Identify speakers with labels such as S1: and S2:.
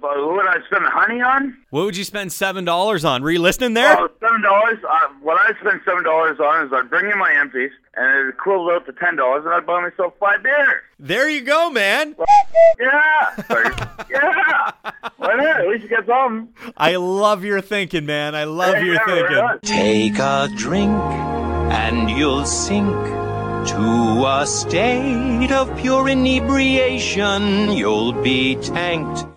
S1: but what Oh, I spend honey on?
S2: What would you spend seven dollars on? Were you listening there?
S1: Oh, seven dollars. Uh, what I spend seven dollars on is I'd bring in my empties, and it equaled out to ten dollars, and I'd buy myself five beers.
S2: There you go, man.
S1: Yeah, Like, yeah. Why not? At least you got something.
S2: I love your thinking, man. I love your
S1: Yeah, right on.
S2: thinking.
S3: Take a drink and you'll sink to a state of pure inebriation. You'll be tanked.